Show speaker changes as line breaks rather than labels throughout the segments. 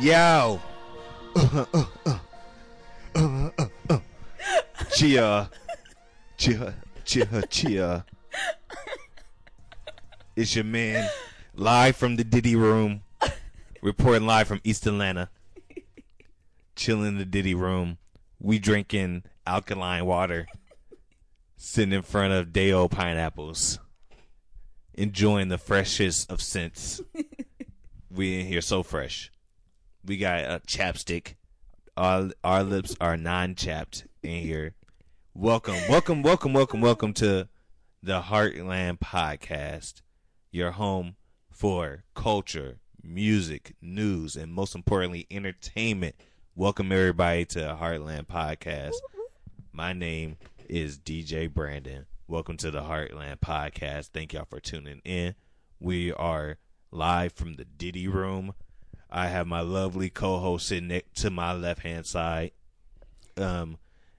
Yo. Chia. Chia. Chia. Chia. It's your man, live from the Diddy Room, reporting live from East Atlanta. Chilling in the Diddy Room. We drinking alkaline water, sitting in front of day old pineapples, enjoying the freshest of scents. We in here so fresh. We got a chapstick. Our our lips are non chapped in here. Welcome, welcome, welcome, welcome, welcome to the Heartland Podcast, your home for culture, music, news, and most importantly, entertainment. Welcome everybody to Heartland Podcast. My name is DJ Brandon. Welcome to the Heartland Podcast. Thank y'all for tuning in. We are live from the Diddy Room. I have my lovely co-host sitting next to my left hand side. Um,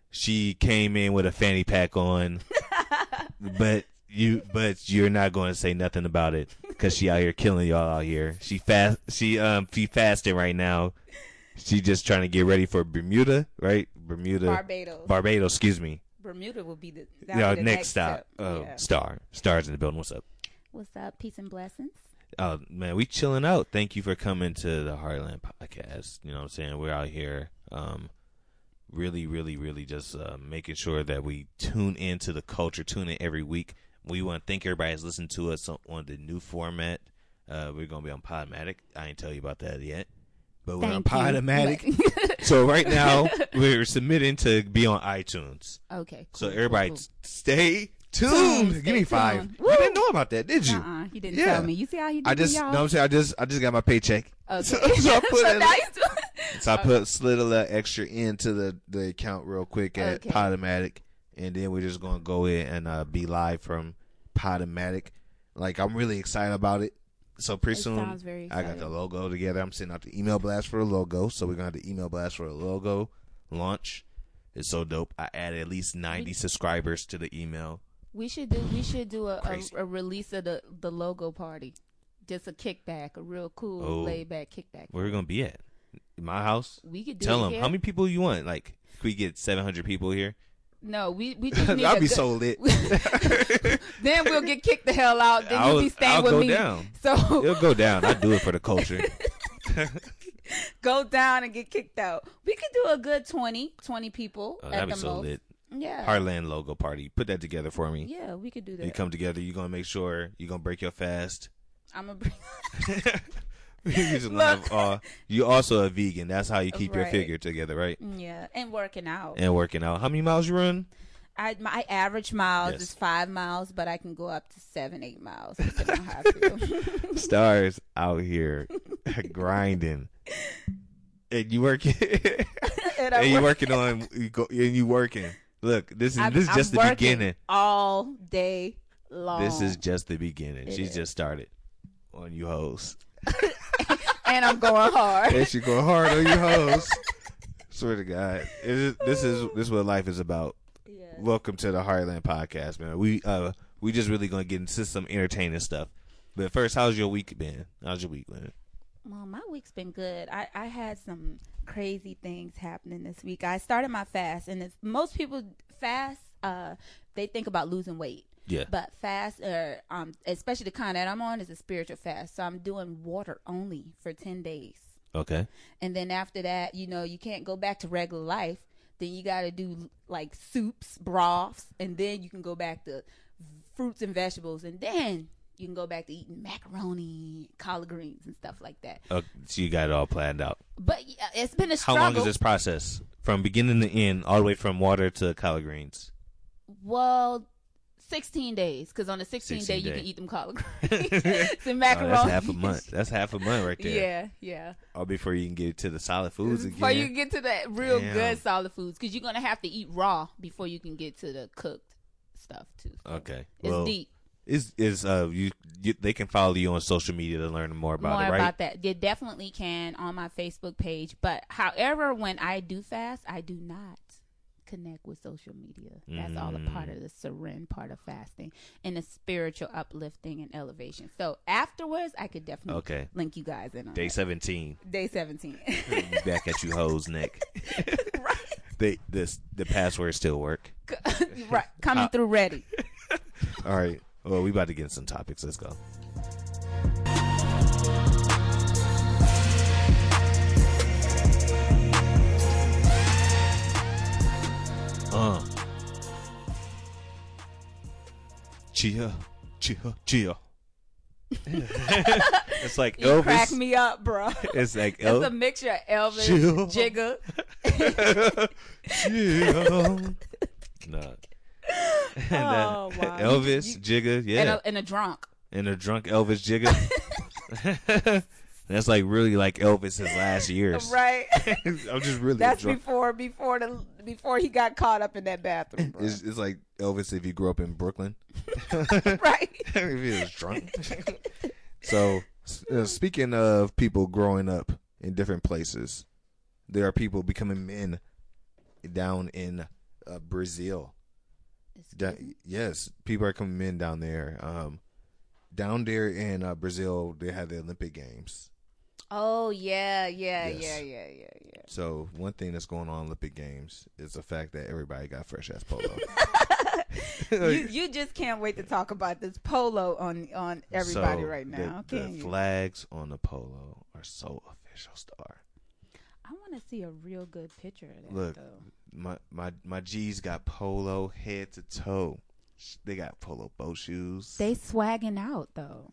she came in with a fanny pack on, but you but you're not going to say nothing about it because she out here killing y'all out here. She fast she um she fasting right now. She just trying to get ready for Bermuda, right? Bermuda,
Barbados.
Barbados, excuse me.
Bermuda will be the, that
Yeah,
would be
next,
the
stop. Oh,
Yeah.
Star. Star's in the building. What's up?
What's up? Peace and blessings.
Oh man, we chilling out. Thank you for coming to the Heartland podcast. You know what I'm saying? We're out here um really really really just uh, making sure that we tune into the culture, tune in every week. We want to thank everybody that's listened to us on, on the new format. Uh we're going to be on Podmatic. I ain't tell you about that yet. But we're on
Thank you.
Podomatic.
But-
so right now we're submitting to be on iTunes.
okay.
So
cool, cool,
everybody,
cool.
t- stay tuned.
Tuned,
Give me
stay
five.
tuned.
You didn't know about that, did you?
Uh-uh, he didn't
Yeah.
tell me. You see how he did
I just,
me,
no,
y'all?
I'm saying I just, I just got my paycheck.
Okay.
So, so I put,
So
it-
now he's doing-
so I
Uh,
put slid a little extra into the the account real quick at
Okay.
Podomatic, and then we're just gonna go in and uh, be live from Podomatic. Like I'm really excited about it. So pretty
It
soon,
sounds very
I got
exciting.
the logo together. I'm sending out the email blast for the logo. So we're gonna have the email blast for the logo launch. It's so dope. I added at least 90 subscribers to the email.
we should do. We should do a,
Crazy.
a, a release of the the logo party. Just a kickback, a real cool,
Oh.
laid back kickback.
Where we gonna be at? My house.
We could do
Tell
it
them
here.
how many people you want. Like, could we get 700 people here?
No, we we just need.
I'll
a
be
good-
so lit.
then we'll get kicked the hell out. Then
I'll-
you'll be staying
I'll
with
go
me.
down.
So
It'll go down. I do it for the culture.
go down and get kicked out. We could do a good 20, 20 people
Oh,
at
that'd
the
be so
most.
lit.
Yeah,
Heartland logo party. Put that together for me.
yeah, we could do
You
that.
come together. You're gonna make sure you're gonna break your fast.
I'm gonna bring.
you, just wanna have, uh, you also a vegan. That's how you keep your
Right.
figure together, right?
Yeah, and working out.
And working out. How many miles you run?
I my average miles
Yes.
is five miles, but I can go up to seven, eight miles. if I don't have to.
Stars out here grinding. And you working.
and I
and you
work
working on. You go, and you working. Lok, this is
I'm-
this is
I'm
just the
working
beginning.
all day long.
This is just the beginning.
It
She's
is.
just started on you hoes.
and I'm going hard.
And she going hard on you hoes. Swear to God, It is- this is this is what life is about.
yeah.
Welcome to the Heartland Podcast, man. We uh we just really gonna get into some entertaining stuff. But first, how's your week been? How's your week been?
Well, my week's been good. I, I had some crazy things happening this week. I started my fast, and if most people fast, uh, they think about losing weight.
Yeah.
But fast, or um, especially the kind that I'm on, is a spiritual fast. So I'm doing water only for ten days.
Okay.
and then after that, you know, you can't go back to regular life. Then you got to do like soups, broths, and then you can go back to fruits and vegetables, and then you can go back to eating macaroni, collard greens, and stuff like that.
Uh, so you got it all planned out.
But yeah, it's been a
How
struggle.
long is this process from beginning to end, all the way from water to collard greens?
Well, sixteen days, because on the 16th
16
day you
day.
can eat them collard greens and
Oh,
macaroni.
that's half a month. That's half a month right there.
Yeah, yeah.
All before you can get to the solid foods again.
Before you get to that real
Damn.
good solid foods, because you're gonna have to eat raw before you can get to the cooked stuff too. So
Okay.
it's
Uh, well,
deep.
Is is uh you, you they can follow you on social media to learn more about
More
it, right?
about that. You definitely can on my Facebook page. But however, when I do fast, I do not disconnect with social media. That's all a part of the
Mm.
serene part of fasting and the spiritual uplifting and elevation. So afterwards, I could definitely
Okay.
link you guys in on
Day
day,
17.
day 17.
Back at you, hoes, Nick.
right.
They, this, the passwords still work.
right. Coming through ready.
All right. Well, we about to get some topics. Let's go. Uh. Chia, chia, chia. it's like
You
Elvis.
crack me up, bro.
It's like
It's a
Elvis.
mixture of Elvis,
Chill.
Jigga.
chia. No. And, uh,
Oh, wow.
Elvis, Jigga, yeah.
And, uh, a, and a drunk.
and a drunk Elvis Jigga. That's like really like Elvis his last years.
Right.
I'm just really
That's
drunk.
before before the before he got caught up in that bathroom, bro.
It's, it's like Elvis if you grew up in Brooklyn.
right.
if he was drunk. so, s- uh, speaking of people growing up in different places, there are people becoming men down in uh, Brazil. Da- yes, people are coming in down there. Um, down there in uh, Brazil, they have the Olympic Games.
Oh yeah, yeah,
Yes.
yeah, yeah, yeah, yeah.
So one thing that's going on Olympic Games is the fact that everybody got fresh ass polo. Uh,
you, you just can't wait to talk about this polo on on everybody
So
right
the-
now.
The,
can you?
flags on the polo are so official. Star,
I want to see a real good picture of that
Look.
though.
my my my G's got polo head to toe. Sh- They got polo boat shoes. They,
They swagging out though.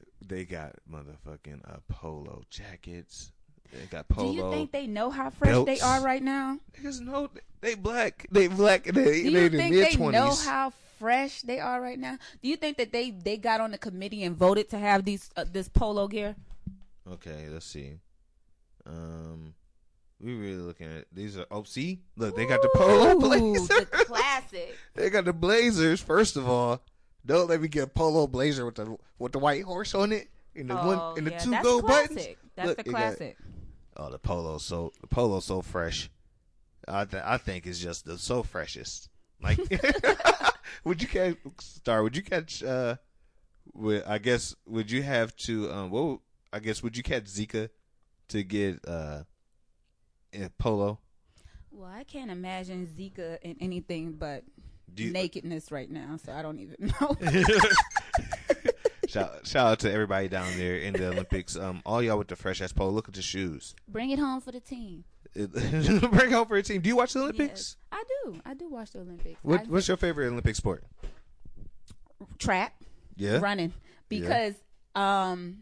got motherfucking uh, polo jackets. They got polo.
Do you think they know how fresh they
belts.
are right now?
Niggas know they black. They black. They
Do
they
you
in
think
their
they know
20s.
how fresh they are right now? Do you think that they they got on the committee and voted to have these uh, this polo gear?
Okay, let's see. Um, we really looking at these are oh see look they got the polo
Ooh,
blazers.
the classic.
they got the blazers. First of all, don't let me get a polo blazer with the with the white horse on it and the one
Oh,
and the
yeah,
two
that's
gold
classic.
buttons.
That's
Look,
the
it got-
classic.
oh, the polo so the polo so fresh. I th- I think it's just the so freshest. Like, would you catch star? Would you catch? uh would, I guess would you have to? Um, what would- I guess would you catch Zika to get uh in polo?
Well, I can't imagine Zika in anything but
Do you, uh,
nakedness right now, so I don't even know.
shout shout out to everybody down there in the Olympics. Um, all y'all with the fresh ass polo. Look at the shoes.
Bring it home for the team.
It- Bring home for a team. Do you watch the Olympics?
Yes. I do. I do watch the Olympics.
What,
I-
what's your favorite Olympic sport?
track
Yeah.
running because um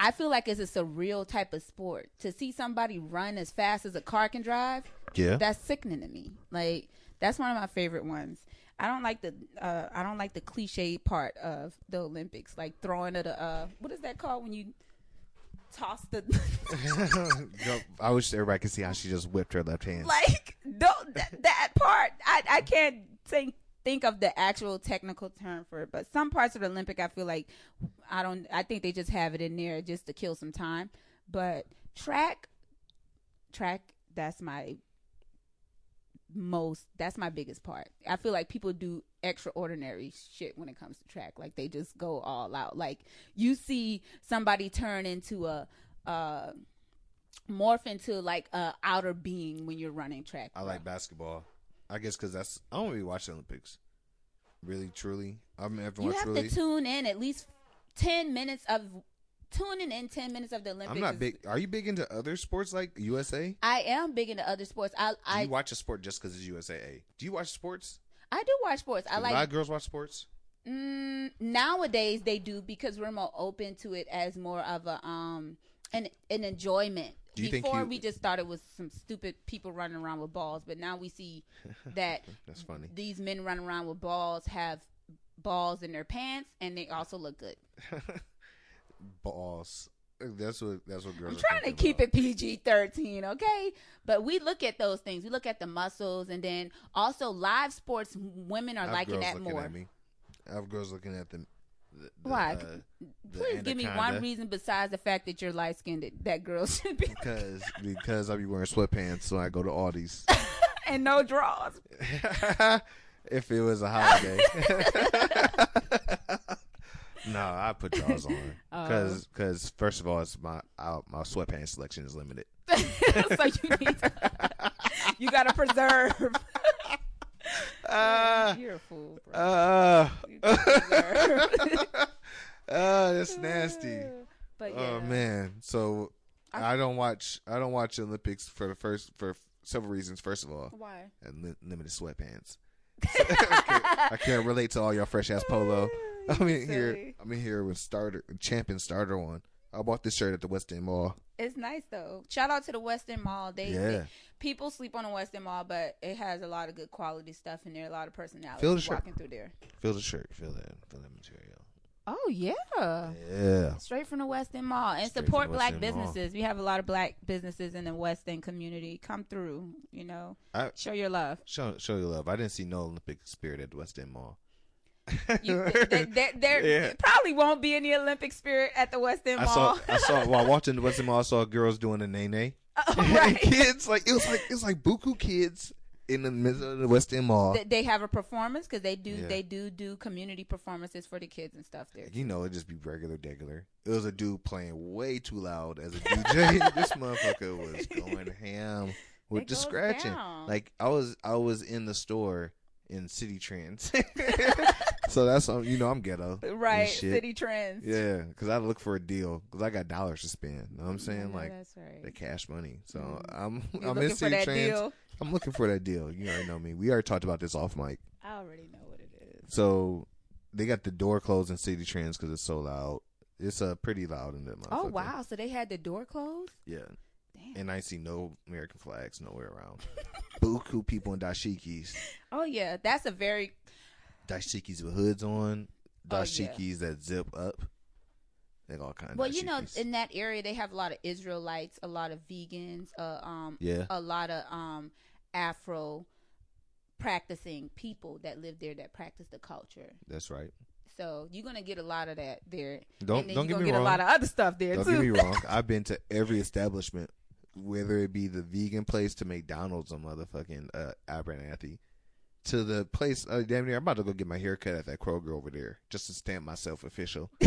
I feel like it's a surreal type of sport. To see somebody run as fast as a car can drive,
Yeah.
that's sickening to me. Like that's one of my favorite ones. I don't like the uh, I don't like the cliche part of the Olympics, like throwing at a uh, what is that called when you toss the
Yo, I wish everybody could see how she just whipped her left hand.
like don't that, that part I, I can't think think of the actual technical term for it but some parts of the olympic i feel like i don't i think they just have it in there just to kill some time but track track that's my most that's my biggest part i feel like people do extraordinary shit when it comes to track like they just go all out like you see somebody turn into a uh morph into like a outer being when you're running track
I like basketball. I guess because that's I don't really watch the Olympics. Really, truly, I've never
you
watched
have
really.
to tune in at least 10 minutes of tuning in 10 minutes of the olympics
I'm not
is-
big. Are you big into other sports like USA?
i am big into other sports i
Do
i
you watch a sport just because it's USAA? Do you watch sports?
i do watch sports i
Do a lot
like
of girls watch sports.
mm, nowadays they do because we're more open to it as more of a um an an enjoyment.
Do you think
Before
you-
we just thought it was some stupid people running around with balls, but now we see that
That's funny.
these men running around with balls have balls in their pants and they also look good.
Balls. That's what. That's what girls.
I'm trying
are
to
thinking
keep
about.
it PG 13, okay? But we look at those things. We look at the muscles, and then also live sports, women
I
are
have
liking
girls
that
looking
more.
At me. I have girls looking at them. The, the,
Why?
Uh, the
Please give me one
anaconda.
reason besides the fact that you're light skinned that, that girl should be.
Because because I be wearing sweatpants, so I go to Aldi's.
and no draws.
if it was a holiday. no, I put drawers on because first of all, it's my I, my sweatpants selection is limited.
so you need to, you gotta preserve.
Uh,
You're a fool, bro.
uh,
You gotta preserve.
uh, that's nasty.
But yeah,
Oh man, so I don't watch I don't watch Olympics for the first for several reasons. First of all,
why?
and li- limited sweatpants. I, can't, I can't relate to all y'all fresh ass polo. I'm in here.
Silly.
I'm in here with starter champion starter one. I bought this shirt at the West End Mall.
It's nice though. Shout out to the West End Mall. They, they-
Yeah.
people sleep on the West End Mall, but it has a lot of good quality stuff in there. A lot of personality
Feel the
walking
shirt.
through there.
Feel the shirt. Feel that. Feel that material.
Oh yeah.
Yeah.
Straight from the West End Mall and
Straight from
support
the West
black
End
businesses. We have a lot of black businesses in the West End community. Come through, you know,
I-
show your love.
Show show your love. I didn't see no Olympic spirit at the West End Mall.
You, th- th- th- there
Yeah.
probably won't be any Olympic spirit at the West End
I
Mall.
saw I saw while watching the West End Mall. I saw girls doing a nay nay.
right.
kids like it was like it was like buku kids in the middle of the West End Mall.
Th- they have a performance because they do
Yeah.
they do do community performances for the kids and stuff there.
You know, it just be regular degular. It was a dude playing way too loud as a DJ. this motherfucker was going ham with
It
just
goes
scratching.
down.
Like I was, I was in the store in City Trends, so that's um, you know I'm ghetto, and
Right,
shit.
city trends.
Yeah, because I look for a deal because I got dollars to spend. Know what I'm saying?
Yeah,
like
that's right.
the cash money. So
Mhm.
I'm,
You're
I'm
looking
in
for
City
that
Trends.
deal.
I'm looking for that deal. You already know me. We already talked about this off mic.
I already know what it is.
So they got the door closed in City Trends because it's so loud. It's uh, pretty loud in the
Oh
motherfucker.
wow! So they had the door closed.
Yeah,
Damn.
and I see no American flags nowhere around. Buku people in dashikis,
Oh yeah, that's a very
dashikis with hoods on,
Oh, yeah.
dashikis that zip up, like all kinds.
well.
of
You know,
dashikis.
in that area, they have a lot of Israelites, a lot of vegans, uh, um,
yeah,
a lot of um, Afro practicing people that live there that practice the culture.
that's right.
So you're gonna get a lot of that there.
Don't
and then
don't
you're
get
gonna
me
get
wrong.
a lot of other stuff there
don't
too.
get me wrong. I've been to every establishment, whether it be the vegan place to McDonald's or motherfucking uh, Abernathy, to the place. Uh, damn near, I'm about to go get my hair cut at that Kroger over there just to stamp myself official.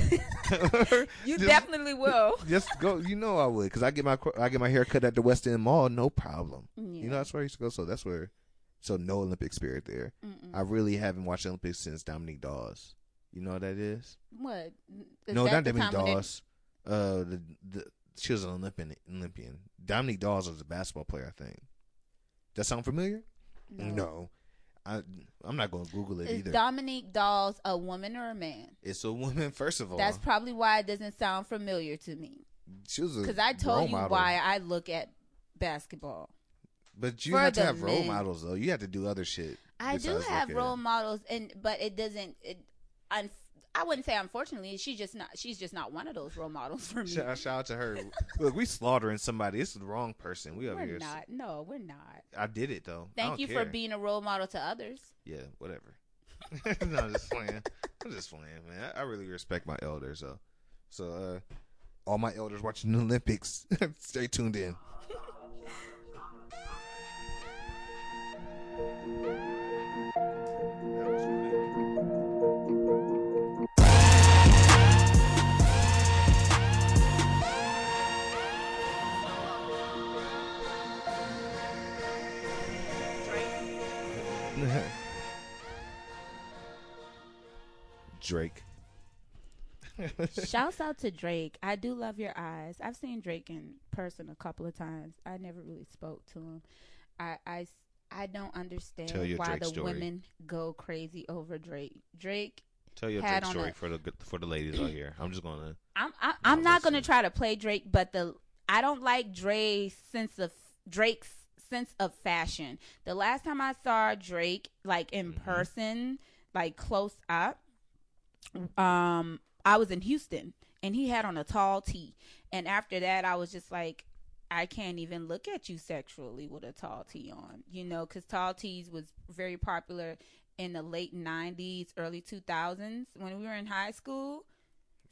You
Just-
definitely will.
Just go. You know I would, cause I get my cro- I get my hair cut at the West End Mall, no problem. You know that's where I used to go. So that's where. So no Olympic spirit there. I really haven't watched Olympics since Dominique Dawes. You know what that is?
What? Is
no,
that
not
the
Dominique
time when they-
Dawes. Uh, the, the she was an Olympian. Olympian. Dominique Dawes was a basketball player, I think. That sound familiar? I I'm not going to Google it
Is
either.
Dominique Dawes a woman or a man?
it's a woman, first of all.
That's probably why it doesn't sound familiar to me.
she was a
Because I
role
told you
model.
why I look at basketball.
But you
for
have to
the
have role
men.
models though. You have to do other shit.
I do
besides
have
look at
role
it.
models, and but it doesn't. It, un, I wouldn't say unfortunately. She's just not. She's just not one of those role models for me.
Shout, shout out to her. Look, we slaughtering somebody. This is the wrong person. We over
we're
here.
not. No, we're not.
I did it though. I
Thank
don't
you
care.
for being a role model to others.
Yeah, whatever. no, I'm just playing. I'm just playing, man. I, I really respect my elders, though. So, uh, all my elders watching the Olympics, stay tuned in. Drake.
Shouts out to Drake. I do love your eyes. I've seen Drake in person a couple of times. I never really spoke to him. I I s- I don't understand
Tell your
why
Drake
the
story.
women go crazy over Drake. Drake,
Tell your
Had
Drake
on
story
a-
for the for the ladies out here. I'm just gonna.
I'm I, I'm not going to
listen.
try to play Drake, but the I don't like Dre's sense of Drake's sense of fashion. The last time I saw Drake like in
Mhm.
person, like close up, um I was in Houston and he had on a tall tee. And after that I was just like I can't even look at you sexually with a tall tee on, you know, cuz tall tees was very popular in the late 90s, early 2000s when we were in high school.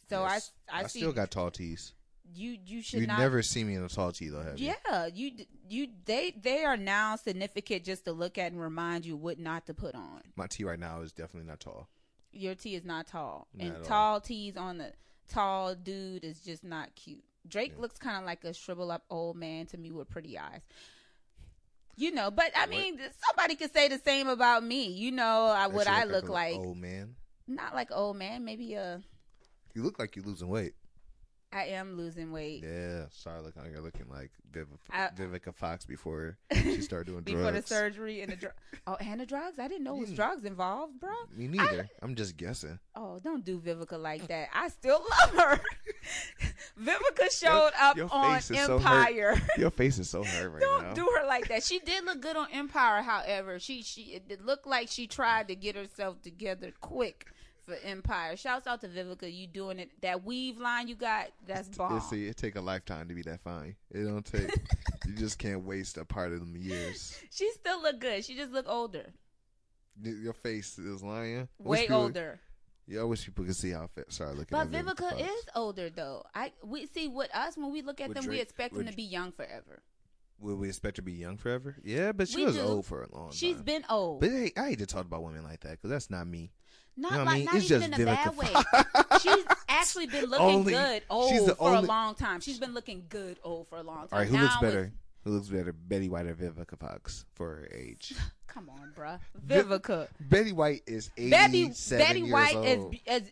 So
Yes.
I I, see
still got tall tees.
you you should
You
not
never see me in a tall tee though, have you?
yeah, you d- you they they are now significant just to look at and remind you what not to put on.
My tea right now is definitely not tall.
Your tea is not tall,
Not at all.
and tall tees on the tall dude is just not cute. Drake looks kind of like a shrivel up old man to me with pretty eyes. You know, but I
What?
mean, somebody could say the same about me. You know, I,
That
what
shit
I
a
look
little
like.
Old man.
Not like old man, maybe uh
You look like you're losing weight.
I am losing weight.
Yeah, sorry, look how you're looking like Viv-
I-
Vivica Fox before she started doing
Before
drugs.
the surgery and the dr- oh, and the drugs. I didn't know it was
Mm.
drugs involved, bro.
Me neither. I'm just guessing.
Oh, don't do Vivica like that. I still love her. Vivica showed up
your
on
face is so hurt
Empire.
Your face is so hurt right
don't
now.
do her like that. She did look good on Empire, however. She she it did look like she tried to get herself together quick for Empire. Shouts out to Vivica, you doing it. That weave line you got, that's bomb.
It's a, it take a lifetime to be that fine. It don't take. you just can't waste a part of them years.
She still look good. She just look older.
Y- Your face is lying. I wish
Way
people-
older.
Yeah, I wish people could see how fat. Sorry, looking.
But
at
Vivica
Fox.
is older though. I we see with us when we look at
With
them, we
Drake-
expect
with- Oh,
them to be young forever.
Would we expect her to be young forever? Yeah, but she
We
was
do.
old for a long
She's
time.
been old.
But hey, I hate to talk about women like that because that's not me.
Not
You know what I
like
mean?
not
It's
even
just
in a
Vivica
bad way. she's actually been looking
Only-
good
she's
old
the
for
only-
a long time. She's been looking good old for a long time.
All right, who looks
Now
better?
it's-
Who looks better, Betty White or Vivica Fox for her age?
come on, bruh.
Viv-
Vivica.
Betty White is
Betty
eighty-seven
Betty
years
White
old.
is as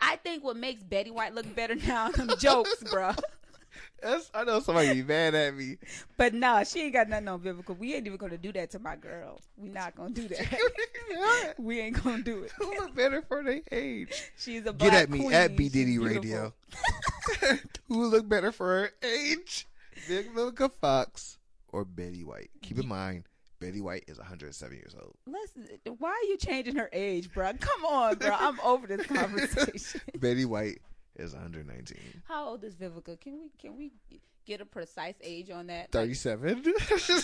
I think what makes Betty White look better now them jokes, bruh.
That's- I know somebody be mad at me.
But nah, she ain't got nothing on Vivica. We ain't even gonna do that to my girl. We not gonna do that. we ain't gonna do it.
Who look better for their age?
She's a black
Get at me
queen.
at B
She's
Diddy
beautiful.
Radio. Who look better for her age? Big Vivica Fox or Betty White? Keep in mind, Betty White is 107 years old.
Let's. Why are you changing her age, bruh? Come on, bruh. I'm over this conversation.
Betty White is 119.
How old is Vivica? Can we can we get a precise age on that?
37.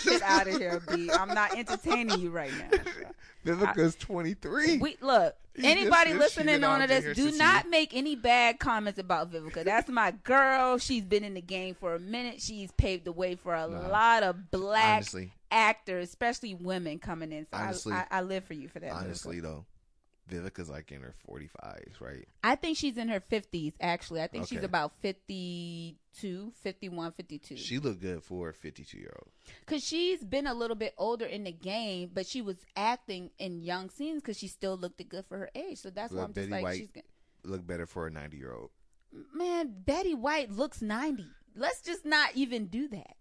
Get out of here, B. I'm not entertaining you right now.
Vivica's 23.
We look.
You
Anybody
just- she
listening
been
on to
out there
this, do
since
not
you-
make any bad comments about Vivica. That's my girl. She's been in the game for a minute. She's paved the way for a
Nah.
lot of black
Honestly.
actors, especially women coming in. So
Honestly.
I, I, I live for you for that. Vivica.
Honestly, though, Vivica's like in her 45s, right?
I think she's in her 50s, actually. I think she's
Okay.
about 52, 51, 52.
She looked good for a 52 year old.
Because she's been a little bit older in the game, but she was acting in young scenes because she still looked it good for her age. So that's why
Well,
I'm
Betty
just like,
White-
she's gonna...
Look better for a 90 year old.
man, Betty White looks 90. Let's just not even do that.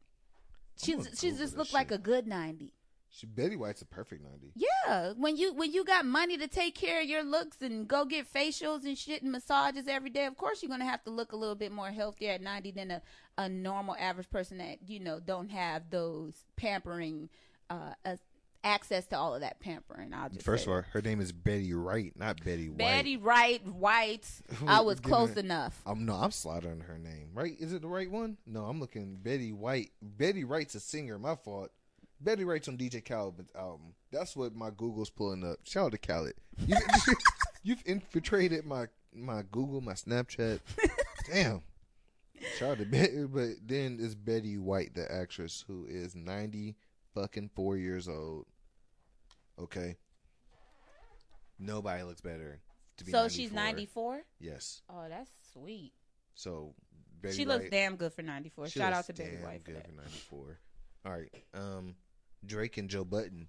She's
gonna
she
Google
just
this
looked like
shit.
a good 90.
She, Betty White's a perfect 90.
Yeah, when you when you got money to take care of your looks and go get facials and shit and massages every day, of course you're gonna have to look a little bit more healthier at 90 than a, a normal average person that you know don't have those pampering, uh, uh access to all of that pampering. I'll just
First
say
of all, her name is Betty Wright, not Betty
that.
White.
Betty Wright White. I was
Give me-
close enough.
Um, no, I'm slaughtering her name. Right? Is it the right one? No, I'm looking Betty White. Betty Wright's a singer. My fault. Betty Wright's on DJ Khaled's album. That's what my Google's pulling up. Shout out to Khaled. You, you've infiltrated my my Google, my Snapchat. Damn. Shout out to Betty. But then it's Betty White, the actress, who is 90 fucking four years old. Okay. Nobody looks better. To be
So she's
94.
94.
Yes.
Oh, that's sweet.
So Betty
she
White,
looks damn good for 94.
she
Shout
looks
out to Betty
damn
White for
Good
that.
for '94. All right, um, Drake and Joe Button.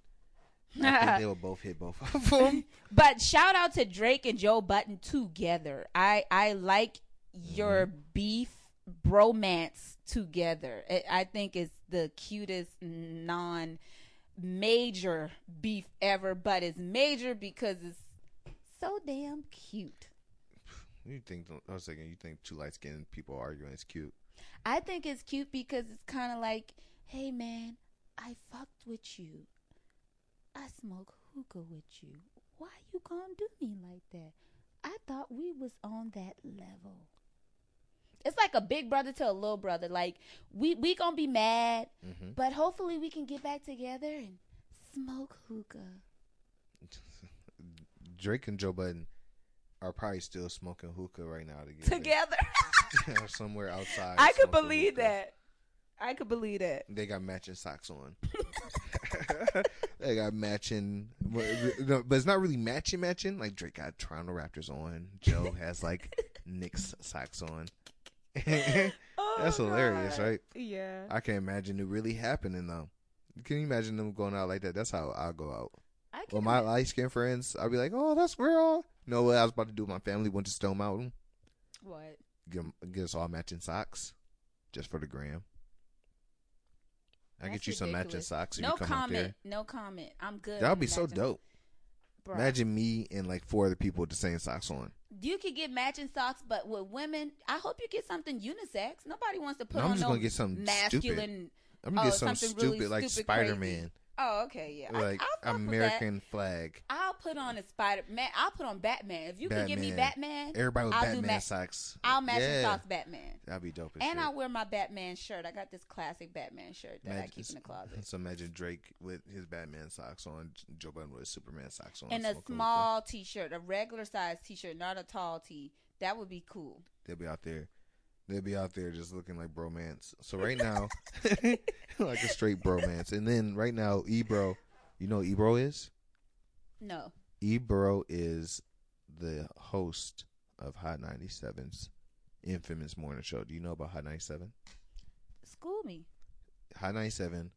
I think they will both hit both of them.
But shout out to Drake and Joe Button together. I I like your beef bromance together. I I think it's the cutest non major beef ever, but it's major because it's so damn cute.
you think? I was thinking. You think two light skinned people arguing is cute?
I think it's cute because it's kind of like, hey man, I fucked with you. I smoke hookah with you. Why you gonna do me like that? I thought we was on that level. It's like a big brother to a little brother. Like we we gonna be mad,
Mm-hmm.
but hopefully we can get back together and smoke hookah.
Drake and Joe Button are probably still smoking hookah right now together.
Together,
Or somewhere outside.
I could
smoking
believe
hookah.
that. I could believe that.
They got matching socks on. they got matching, but no, but it's not really matching. Matching like Drake got Toronto Raptors on. Joe has like Knicks socks on. That's
Oh,
hilarious,
God.
right?
Yeah.
I can't imagine it really happening though. Can you imagine them going out like that? That's how I go out.
I can
Well, my light skinned friends, I'd be like, "Oh, that's real." You know what I was about to do? with My family went to Stone Mountain.
what?
Get, 'em- get us all matching socks, just for the gram. I
That's
get you some matching
ridiculous.
socks. If
No
you come out
comment.
there.
No comment. I'm good.
That would
on
be so
matching-
dope.
Bruh.
Imagine me and like four other people with the same socks on.
You could get matching socks, but with women, I hope you get something unisex. Nobody wants to put
No, I'm
on
just
no
gonna get something stupid.
masculine.
I'm gonna
Oh,
get some
something
stupid
really
like
stupid
Spider Man,
Oh, okay, yeah. I-
like
I'll fuck with that.
American flag.
I'll put on a Spider Man. I'll put on Batman. If you can give me Batman,
Everybody with
I'll do
Batman
ma-
socks.
I'll match
yeah.
your socks Batman.
That'd be dope. As
And
shit.
I'll wear my Batman shirt. I got this classic Batman shirt that I
Imagine-
keep in the closet.
So imagine Drake with his Batman socks on, Joe Budden with his Superman socks on,
And a
smoking with them.
small t shirt, a regular size t shirt, not a tall tee. That would be cool.
They'll be out there. They'll be out there just looking like bromance. So right now, like a straight bromance. And then right now, Ebro, you know what Ebro is?
No.
Ebro is the host of Hot 97's infamous morning show. Do you know about Hot 97?
School me.
Hot 97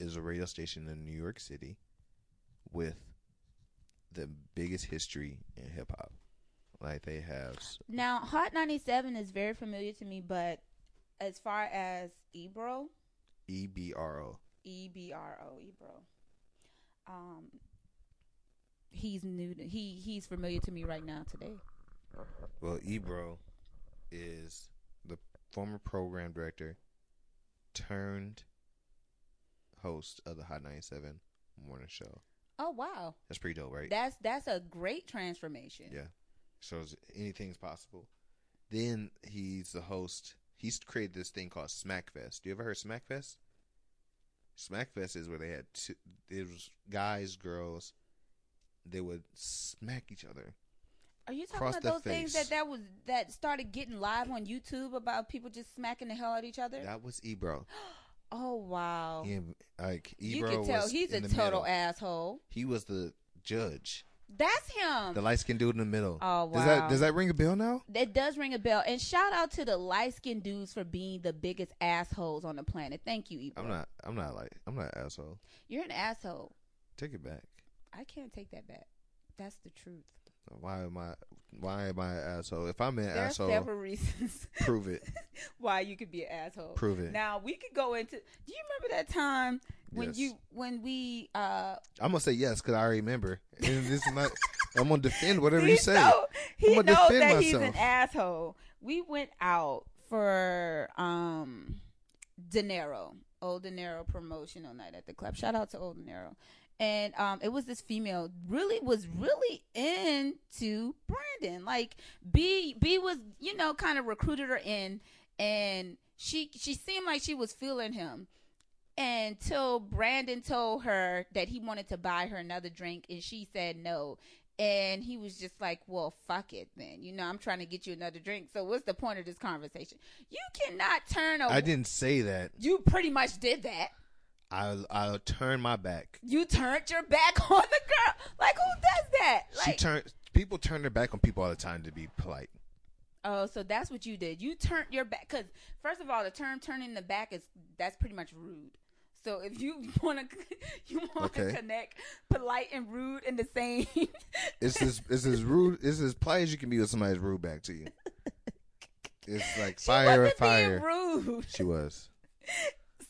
is a radio station in New York City with the biggest history in hip hop. Like they have s-
Now, Hot 97 is very familiar to me, but as far as Ebro,
EBRO.
E B R O, Ebro, um, he's new. To, he he's familiar to me right now today.
Well, Ebro is the former program director turned host of the Hot 97 morning show.
Oh wow,
That's pretty dope, right?
that's that's a great transformation.
Yeah. So it's- anything's possible. Then he's the host. He's created this thing called Smackfest. You ever heard Smackfest? Smackfest is where they had two, it was guys, girls. They would smack each other.
Are you talking
Cross
about
the
those things
face.
that that was that started getting live on YouTube about people just smacking the hell out of each other?
That was Ebro.
oh wow,
He, like
you
Ebro
can tell
was
he's a
in the
total
middle.
asshole.
He was the judge,
That's him.
the light skinned dude in the middle.
Um, Oh,
Does that
wow.
does that ring a bell now?
That does ring a bell. And shout out to the light skinned dudes for being the biggest assholes on the planet. Thank you, Ebro.
I'm not. I'm not like. I'm not an asshole.
You're an asshole.
Take it back.
I can't take that back. That's the truth.
Why am I? Why am I an asshole? If I'm an
there
asshole,
are several reasons
prove it.
why you could be an asshole.
Prove it.
Now we could go into. Do you remember that time when
Yes.
you when we uh
I'm gonna say yes because I already remember. And this is not. I'm gonna defend whatever you
he's
say.
so- he
I'ma
knows that
defend
he's an
myself.
asshole. We went out for um Dinero, Old Dinero promotional night at the club. Shout out to Old Dinero. And um, it was this female really was really into Brandon. Like B B was, you know, kind of recruited her in and she she seemed like she was feeling him until Brandon told her that he wanted to buy her another drink and she said no. And he was just like, Well, fuck it then. You know, I'm trying to get you another drink. So what's the point of this conversation? You cannot turn a
I didn't say that.
you pretty much did that.
I I'll turn my back.
You turned your back on the girl. Like who does that?
she
Like
turned. People turn their back on people all the time to be polite.
Oh, so that's what you did. You turned your back cuz first of all, the term turning the back is that's pretty much rude. So if you want to you want to
Okay.
connect polite and rude in the same
It's as it's as rude. It's as polite as you can be with somebody's rude back to you. It's like fire,
wasn't
fire.
being rude.
She was.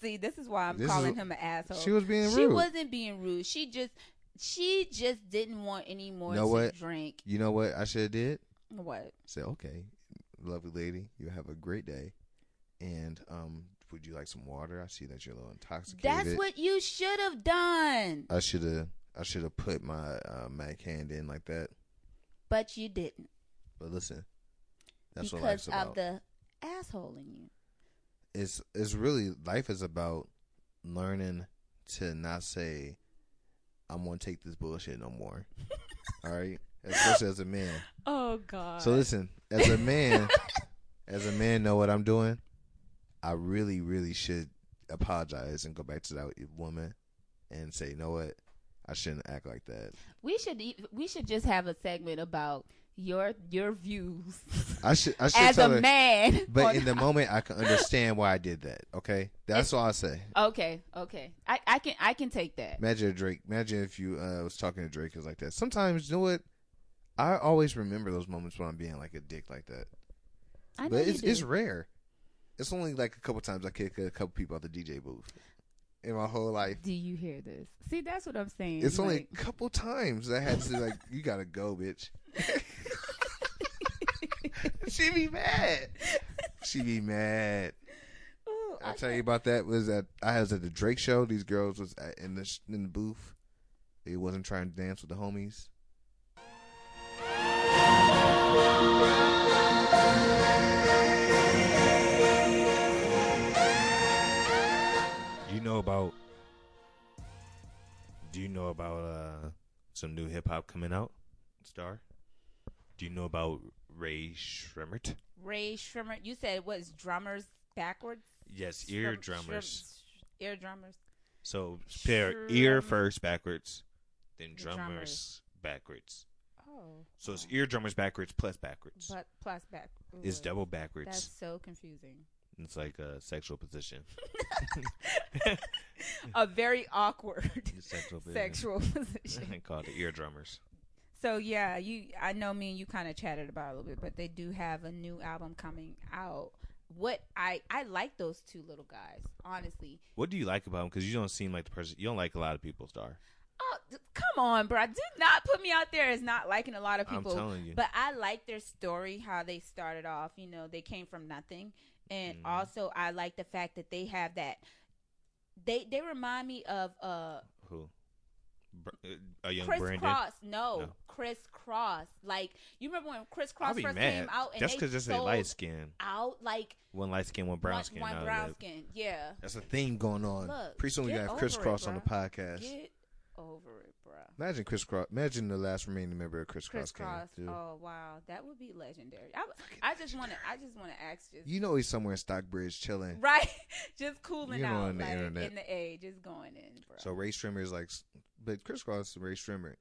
See, this is why I'm
This
calling
is-
him an asshole.
She was being
She
rude.
wasn't being rude. She just she just didn't want any more
Know
to
what?
drink.
You know what I should have did?
What?
Say, okay, lovely lady, you have a great day, and um, would you like some water? I see that you're a little intoxicated.
That's what you should have done,
I should have. I should have put my uh, Mac hand in like that.
but you didn't
But listen, that's what
because
life's
of
about.
the asshole in you.
it's it's really life is about learning to not say, "I'm gonna take this bullshit no more." All right, especially as a man.
Oh God.
So listen, as a man, as a man, know what I'm doing. I really, really should apologize and go back to that woman and say, you know what, I shouldn't act like that.
We should e- we should just have a segment about your your views
I should I should
as a
tell her.
man.
But
on-
in the moment, I can understand why I did that. Okay, that's all I say.
okay, okay, I, I can I can take that.
Imagine Drake. Imagine if you uh, was talking to Drake it was like that. Sometimes, you know what? I always remember those moments when I'm being like a dick like that.
I know
but
you
it's it's
do.
rare. It's only like a couple times I kick a couple people out the DJ booth in my whole life.
do you hear this? See, that's what I'm saying.
It's only
like-
a couple times I had to like, you gotta go, bitch. she be mad. She be mad.
Ooh,
I tell you about that was that I was at the Drake show. These girls was at, in the sh- in the booth. They wasn't trying to dance with the homies.
You know about? Do you know about uh some new hip hop coming out? Star. Do you know about Ray Shremmert?
Ray Shrimmer. You said it was drummers backwards.
Yes, ear
Shrim-
drummers.
shrim- sh- ear drummers.
So pair ear
Shrim-
first backwards, then
drummers.
drummers, backwards.
Oh.
So it's ear drummers backwards plus backwards.
But plus back. Ooh,
it's double
That's
backwards.
so confusing.
It's like a sexual position.
A very awkward
It's sexual position.
sexual position.
Called the ear drummers.
So yeah, you I know me and you kind of chatted about it a little bit, but they do have a new album coming out. What I I like those two little guys, honestly.
What do you like about him? Because you don't seem like the person. You don't like a lot of people, Star.
Oh, th- come on, bro. Do not put me out there as not liking a lot of
I'm
people.
telling you.
But I like their story, how they started off. You know, they came from nothing, and
Mhm.
also I like the fact that they have that. They they remind me of uh
Who? Br- uh, a young
Chris
Brandon.
Cross. No,
No.
Chris Cross. Like you remember when Chris
I'll
Cross
be
first
mad.
came out, and
That's
they
because that's a
sold
light skin.
out like
One light skin, one brown
one,
skin.
one
I'll
brown
live.
skin. Yeah,
That's a theme going on.
Look,
Pretty soon we
get
gotta have
over
Chris
it,
Cross on the
bruh.
podcast.
get over it, bro.
Imagine Chris Cross. Imagine the last remaining member of Chris,
Chris
Cross.
Cross.
Came, dude.
Oh wow, that would be legendary. I, I just want to. I just want to ask just
You know he's somewhere in Stockbridge chilling.
right, just cooling
You know,
out
on the
like,
internet.
in the A, just going in, bro.
So Ray Strimmer is like, s- but Chris Cross is Ray Strimmer.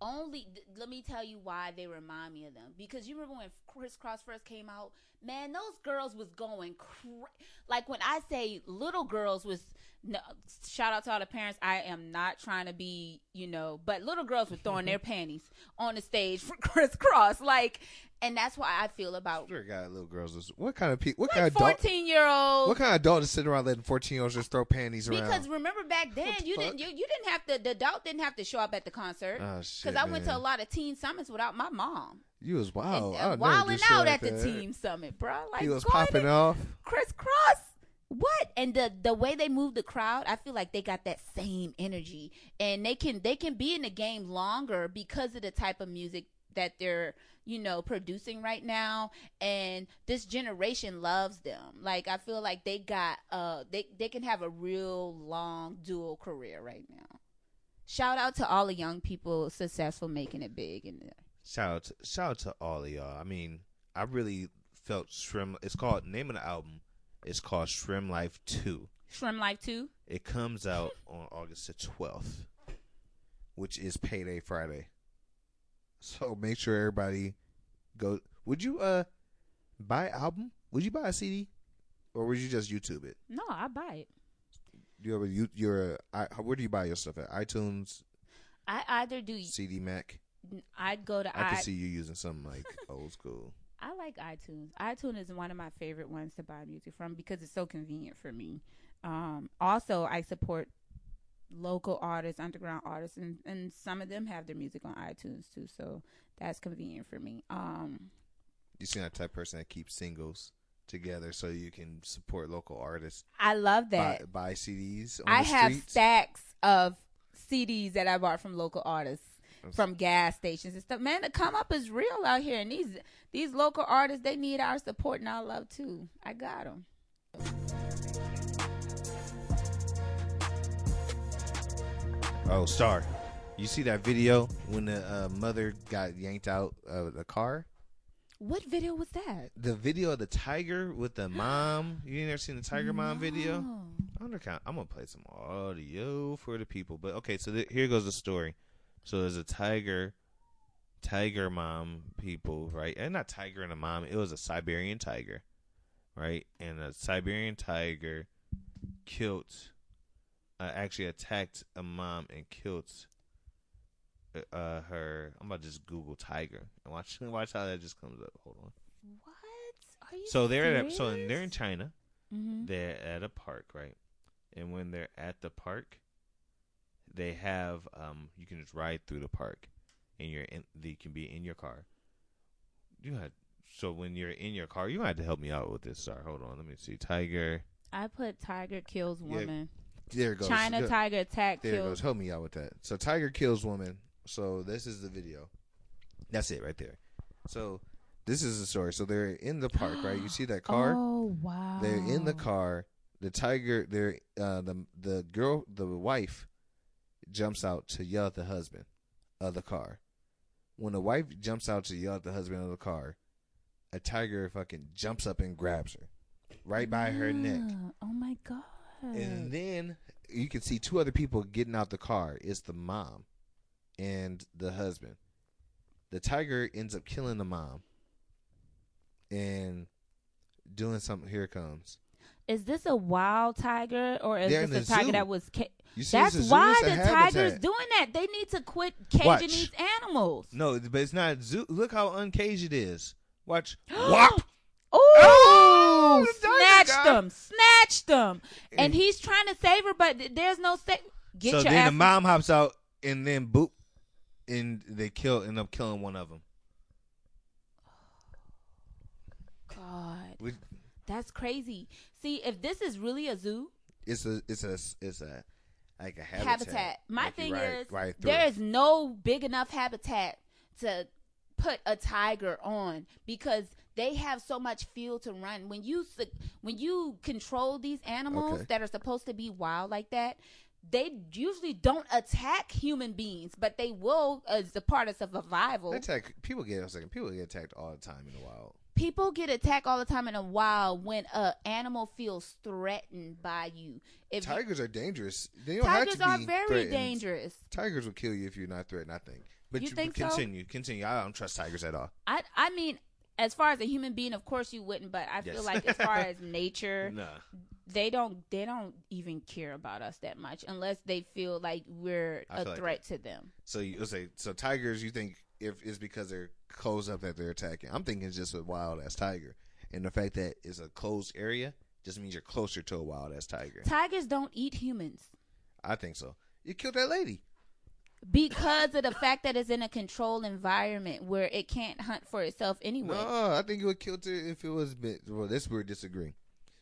only th- let me tell you why they remind me of them because you remember when Chris Cross first came out, man, those girls was going cra- like when I say little girls was no, shout out to all the parents. I am not trying to be you know, but little girls were throwing their panties on the stage for Chris Cross, like, and that's why I feel about
Sure, got little girls. is- What kind of people? What kind
like
of adult?
fourteen year olds
What kind of adult is sitting around letting fourteen year olds just throw panties
Because
around?
remember back then,
the
you didn't you,
fuck?
you didn't have to the adult didn't have to show up at the concert.
Oh, shit,
I went to a
man.
lot of teen summits without my mom.
You was wild. Oh,
and,
I
and
would never do
wilding
shit
out
like
at the
that.
teen summit, bro. Like
He was
going
popping
to
off.
crisscross. What? And the the way they move the crowd, I feel like they got that same energy, and they can they can be in the game longer because of the type of music that they're you know producing right now and this generation loves them like i feel like they got uh they they can have a real long dual career right now shout out to all the young people successful making it big and
Shout out, to, shout out to all of y'all. I mean, I really felt Shrim. It's called name of the album. It's called Shrim Life Two.
shrimp life too
It comes out on August the twelfth.
which is payday Friday. So make sure everybody go. Would you uh buy an album? Would you buy a CD, or would you just YouTube it?
no i buy it
You have a you you're a, I, where do you buy your stuff at? iTunes,
i either do
CD Mac.
I'd go to
I,
I,
can see you using something like old school.
I like iTunes. iTunes is one of my favorite ones to buy music from because it's so convenient for me. Um, also, I support local artists, underground artists, and, and some of them have their music on iTunes too, so that's convenient for me. Um,
You seem that type of person that keeps singles together so you can support local artists.
I love that.
Buy, buy CDs. On
I
the
have
streets.
stacks of CDs that I bought from local artists.
I'm
From gas stations and stuff, man. The come up is real out here, and these these local artists they need our support and our love too. I got them.
Oh, Star. You see that video when the uh, mother got yanked out of the car?
What video was that?
The video of the tiger with the mom. You ain't never seen the tiger mom video?
No.
I'm gonna, count, I'm gonna play some audio for the people. But okay, so th- here goes the story. So there's a tiger, tiger mom people, right? And not tiger and a mom. It was a Siberian tiger, right? And a Siberian tiger killed, uh, actually attacked a mom and killed uh, uh, her. I'm about to just Google tiger and watch watch how that just comes up. Hold on.
What? Are you
So they're at a,
serious?
so they're in China
Mhm.
they're at a park, right? And when they're at the park, they have um you can just ride through the park and you're in you can be in your car. You had so when you're in your car, you had to help me out with this. Sorry, hold on. Let me see. Tiger.
I put tiger kills
Yeah,
woman.
There it goes.
China
There-
tiger attack
There it
kills.
goes. Help me out with that. So tiger kills woman. So this is the video. That's it right there. So this is the story. So they're in the park, right? You see that car?
Oh wow.
They're in the car. The tiger, they're uh, the the girl, the wife, jumps out to yell at the husband of the car. When the wife jumps out to yell at the husband of the car, a tiger fucking jumps up and grabs her, right by her neck.
Yeah. Oh my god.
And then you can see two other people getting out the car. It's the mom and the husband. The tiger ends up killing the mom and doing something. Here it comes.
is this a wild tiger or is
They're
this
in
a
the
tiger
zoo.
that was? Ca-
You see,
That's
it's a zoo,
why
it's a
the tiger's
habitat.
doing that. They need to quit caging
Watch.
these animals.
No, it's- but it's not zoo. Look how uncaged it is. Watch. Whop!
Oh,
the tiger
snatched
guy. Eh.
them, snatched them, and he's trying to save her, but th- there's no sa- Get
so
your
then
ass.
the mom hops out, and then boop, and they kill, end up killing one of them.
God,
Which,
that's crazy. See, if this is really a zoo
it's a, it's a, it's a, like a habitat.
habitat, my
Like you
thing
ride-
is
ride through
there
it.
is no big enough habitat to put a tiger on because they have so much field to run. When you s- when you control these animals
Okay.
that are supposed to be wild like that, they usually don't attack human beings, but they will as a part of survival.
They attack people get a second. People get attacked all the time in the wild.
People get attacked all the time in the wild when a animal feels threatened by you. If you-
Tigers are dangerous. They don't have
tigers
to
are
be
very
threatened.
dangerous.
Tigers will kill you if you're not threatened. I think. But
You
you,
think so?
continue, continue. I don't trust tigers at all.
I I mean, as far as a human being, of course you wouldn't, but I feel
Yes. Mm.
like as far as nature,
Nah.
they don't they don't even care about us that much unless they feel like we're
I
a
feel like
threat to them.
So you say so tigers? You think if it's because they're closed up that they're attacking? I'm thinking it's just a wild ass tiger, and the fact that it's a closed area just means you're closer to a wild ass tiger.
Tigers don't eat humans
I think so. You killed that lady.
because of the fact that it's in a controlled environment where it can't hunt for itself anyway.
No, I think you would kill her if it was. bit- Well, this we're disagreeing.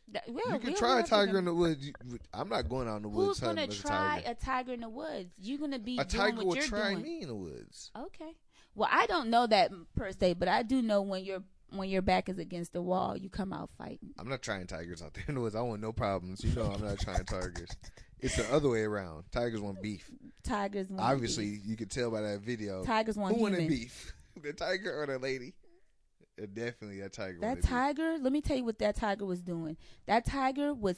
That- well,
you
we
can
don't
try a
have to
tiger
com-
in the woods. You- I'm not going out in the woods.
Who's gonna
hunting with a
try
tiger.
a tiger in the woods? You're gonna be
A
doing
tiger
what
will
you're
try
doing.
me in the woods.
Okay. Well, I don't know that per se, but I do know when your when your back is against the wall, you come out fighting.
I'm not trying tigers out there in the woods. I want no problems. You know, I'm not trying tigers. It's the other way around. Tigers want beef.
Tigers want
Obviously,
beef.
you could tell by that video.
Tigers want
who wanted
human.
beef, the tiger or the lady? Uh, Definitely that tiger.
That
wanted beef.
tiger, let me tell you what that tiger was doing. That tiger was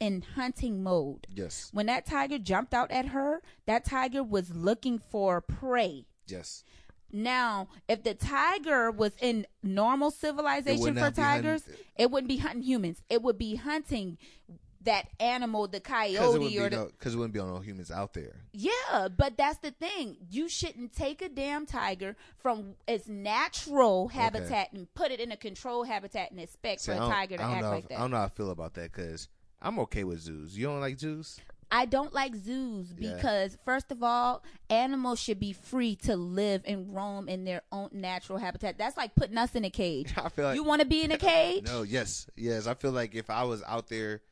in hunting mode.
Yes,
When that tiger jumped out at her, that tiger was looking for prey.
yes.
Now, if the tiger was in normal civilization
wouldn't
for
have be hunting-
tigers, it wouldn't be hunting humans. It would be hunting that animal, the
Because it, wouldn't
coyote
be
or the
no- 'cause it wouldn't be on all humans out there.
Yeah, but that's the thing. You shouldn't take a damn tiger from its natural habitat and put it in a controlled habitat and expect
See,
for
I
a
don't-
tiger to
I don't
act
know
like
if-
that.
I don't know how I feel about that because I'm okay with zoos. You don't like zoos?
I don't like zoos
Yeah.
because, first of all, animals should be free to live and roam in their own natural habitat. That's like putting us in a cage.
I feel like
you want to be in a cage?
No, yes, yes. I feel like if I was out there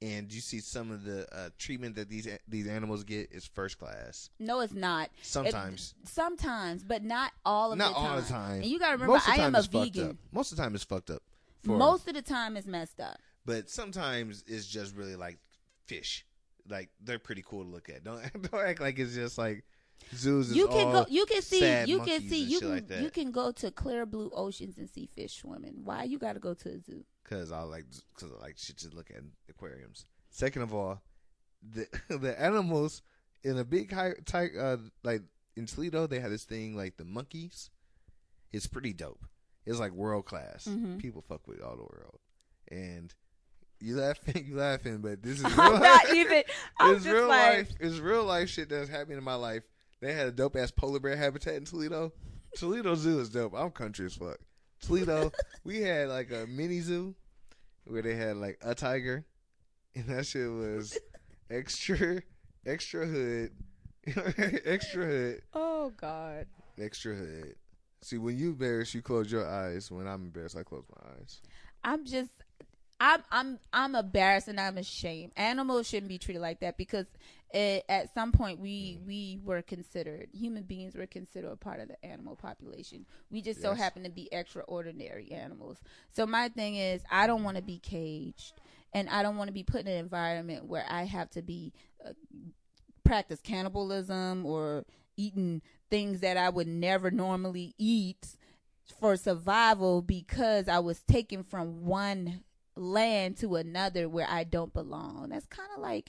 and you see some of the uh, treatment that these these animals get is first class.
No, it's not. It-
Sometimes.
sometimes, but not all of
Not
the time.
all the time.
And you got to remember,
Most of
I
the
am
time
a
it's fucked up.
vegan.
Most of the time it's fucked up. For,
Most of the time, it's messed up.
but sometimes it's just really like fish. Like they're pretty cool to look at. Don't don't act like it's just like zoos is
You can
all
go. You can see.
sad
You can
monkeys
see.
and
You
shit
can.
like that.
you can go to clear blue oceans and see fish swimming. Why you got to go to a zoo?
because I like because I like shit to look at aquariums. Second of all, the the animals in a big high ty- uh, like in Toledo, they had this thing like the monkeys. It's pretty dope. It's like world class.
Mhm.
People fuck with all the world, and you laughing, you laughing, but this is real
I'm not
life.
even. I'm
it's
just
real
like.
life. It's real life shit that's happening in my life. They had a dope ass polar bear habitat in Toledo. Toledo Zoo is dope. I'm country as fuck. Toledo, we had like a mini zoo where they had like a tiger, and that shit was extra, extra hood, extra hood,
Oh God.
extra hood. See, when you embarrassed, you close your eyes. When I'm embarrassed, I close my eyes.
I'm just. I'm I'm I'm embarrassed and I'm ashamed. Animals shouldn't be treated like that because it, at some point we we were considered human beings were considered a part of the animal population. We just so
Yes.
happen to be extraordinary animals. So my thing is I don't want to be caged and I don't want to be put in an environment where I have to be uh, practice cannibalism or eating things that I would never normally eat for survival because I was taken from one land to another where I don't belong. That's kind of like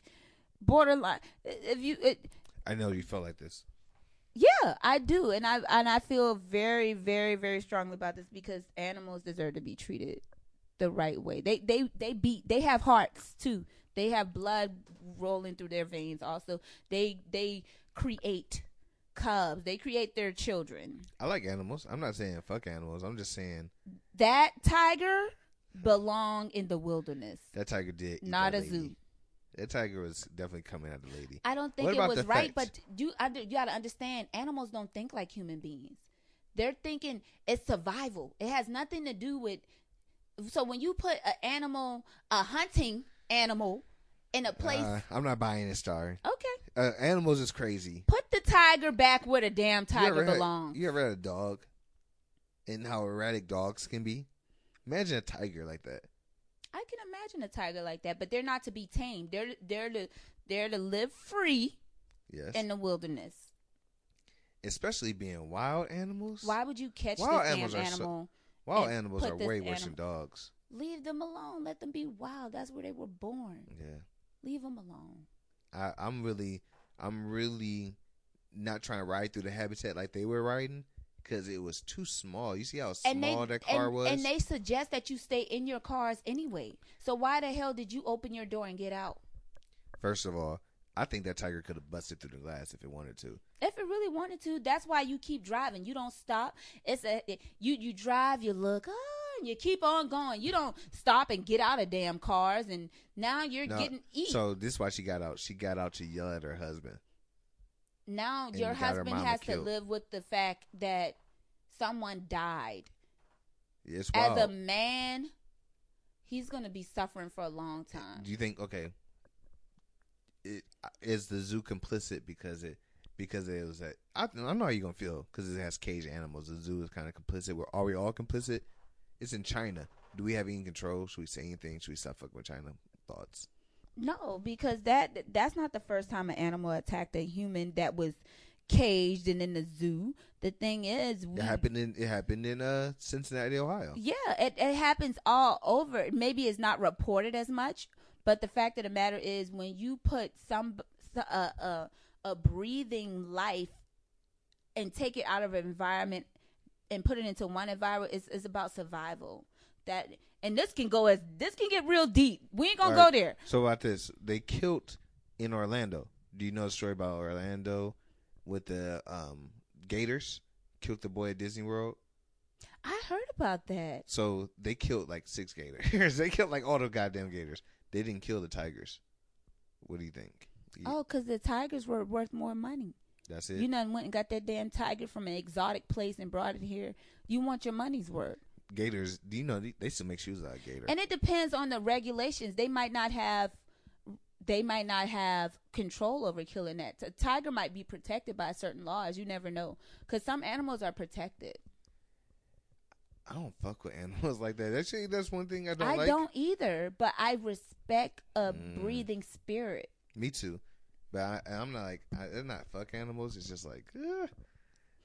borderline. If you, it,
I know you felt like this.
yeah, I do, and I and I feel very, very, very strongly about this because animals deserve to be treated the right way. They they they beat. They have hearts too. They have blood rolling through their veins. Also, they they create cubs. They create their children.
I like animals. I'm not saying fuck animals. I'm just saying
That tiger belong in the wilderness,
that tiger did. eat
not
that
a
lady.
zoo.
That tiger was definitely coming at the lady.
I don't think
What
it
about
was
the
right,
facts?
but you I, do- you got to understand, animals don't think like human beings. They're thinking it's survival. It has nothing to do with. So when you put an animal, a hunting animal, in a place,
Uh, I'm not buying it, Star.
okay,
Uh, animals is crazy.
put the tiger back where the damn
you
tiger
ever had-
belongs.
you ever had a dog? And how erratic dogs can be? Imagine a tiger like that.
I can imagine a tiger like that, but they're not to be tamed. They're they're to they're to live free
Yes.
in the wilderness.
Especially being wild animals.
Why would you catch
Wild
this
animals
damn
are so-
animal?
Wild
and
animals
put
are
this
way worse than
animal-
dogs.
Leave them alone. Let them be wild. That's where they were born.
Yeah.
Leave them alone.
I, I'm really, I'm really not trying to ride through the habitat like they were riding because it was too small. You see how small that car
and,
was?
and they suggest that you stay in your cars anyway. So why the hell did you open your door and get out?
First of all, I think that tiger could have busted through the glass if it wanted to.
If it really wanted to, that's why you keep driving. You don't stop. It's a it- you you drive, you look, ah, and you keep on going. You don't stop and get out of damn cars and now you're
No,
getting eat.
So this is why she got out. She got out to yell at her husband.
now
and
your
got her
husband
mama
has to
killed.
live with the fact that someone died.
It's wild.
As a man, he's going to be suffering for a long time.
Do you think okay? It, is the zoo complicit because it because it was that I, I know how you're gonna feel because it has caged animals. The zoo is kind of complicit. We're are we all complicit? It's in China. Do we have any control? Should we say anything? Should we stop fucking with China? Thoughts?
No, because that that's not the first time an animal attacked a human that was caged and in the zoo. The thing is, we,
It happened in it happened in uh Cincinnati, Ohio.
yeah, it, it happens all over. Maybe it's not reported as much, but the fact of the matter is, when you put some s- a a, a breathing life and take it out of an environment and put it into one environment, it's, it's about survival. That and this can go as this can get real deep. We ain't gonna
All right.
go there.
So about this, they killed in Orlando. Do you know the story about Orlando with the um Gators killed the boy at Disney World?
I heard about that.
So they killed like six gators. they killed like all the goddamn gators. They didn't kill the tigers. What do you think? You-
Oh, because the tigers were worth more money.
that's it.
You done went and got that damn tiger from an exotic place and brought it here. You want your money's worth.
gators. Do you know they, they still make shoes out of gator?
And it depends on the regulations. They might not have they might not have control over killing that. A tiger might be protected by certain laws. You never know. Because some animals are protected.
I don't fuck with animals like that. Actually, that's one thing I don't
I
like.
don't either, but I respect a
Mm.
breathing spirit.
Me too.
But I, and I'm not like I, they're not fuck animals. It's just like eh,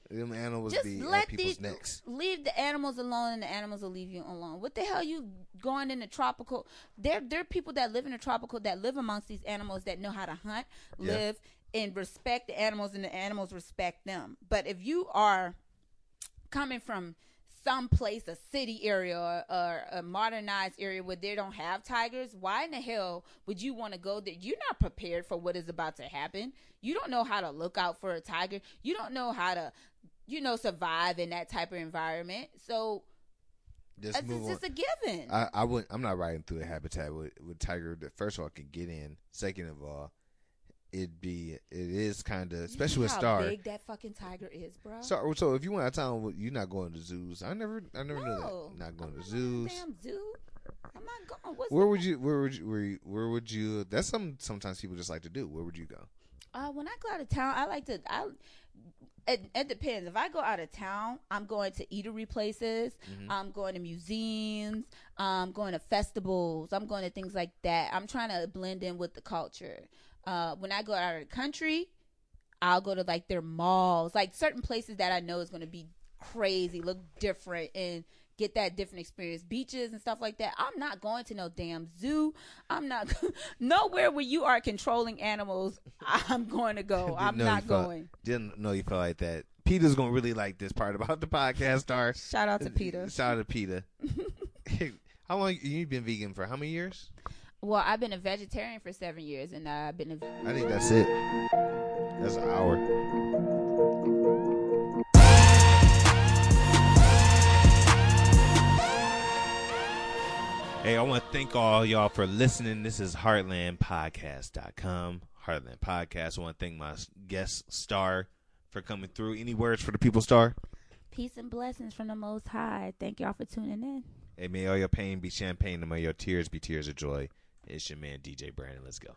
them animals
Just
uh,
be at
let
people's
these
necks.
leave the animals alone, and the animals will leave you alone. What the hell you going in the tropical? There, there are people that live in the tropical that live amongst these animals that know how to hunt,
Yeah.
live, and respect the animals, and the animals respect them. But if you are coming from some place, a city area or, or a modernized area where they don't have tigers, why in the hell would you want to go there? You're not prepared for what is about to happen. You don't know how to look out for a tiger. You don't know how to, you know, survive in that type of environment. So
Just
it's
move on.
just a given.
I, I wouldn't. I'm not riding through the habitat with, with tiger. That first of all, could get in. Second of all, it'd be it is kind of
You
especially with
know how
star.
big that fucking tiger is, bro.
So, so if you went out of town, well, you're not going to zoos. I never, I never
No.
knew that. Not going
I'm
to
not going
zoos.
to Damn zoo. I'm not going. What's
Where would you? Where would you? Where, you- where would you? That's something sometimes people just like to do. Where would you go?
Uh, when I go out of town, I like to. I it, it depends. If I go out of town, I'm going to eatery places.
Mm-hmm.
I'm going to museums. I'm going to festivals. I'm going to things like that. I'm trying to blend in with the culture. Uh, when I go out of the country, I'll go to like their malls, like certain places that I know is going to be crazy, look different, and get that different experience. Beaches and stuff like that. I'm not going to no damn zoo. I'm not nowhere where you are controlling animals. I'm going to go.
Didn't
Oh, I'm
know
not
you felt-
going.
Didn't know you felt like that. Peter's gonna really like this part about the podcast. Star.
Shout out to Peter.
Shout out to Peter. how long you been vegan for? How many years?
Well, I've been a vegetarian for seven years, and I've been a
I think that's it. That's an hour.
Hey, I want to thank all y'all for listening. This is HeartlandPodcast.com. Heartland Podcast. I want to thank my guest star for coming through. Any words for the people, star?
peace and blessings from the Most High. Thank y'all for tuning in.
Hey, may all your pain be champagne and may your tears be tears of joy. It's your man, DJ Brandon. Let's go.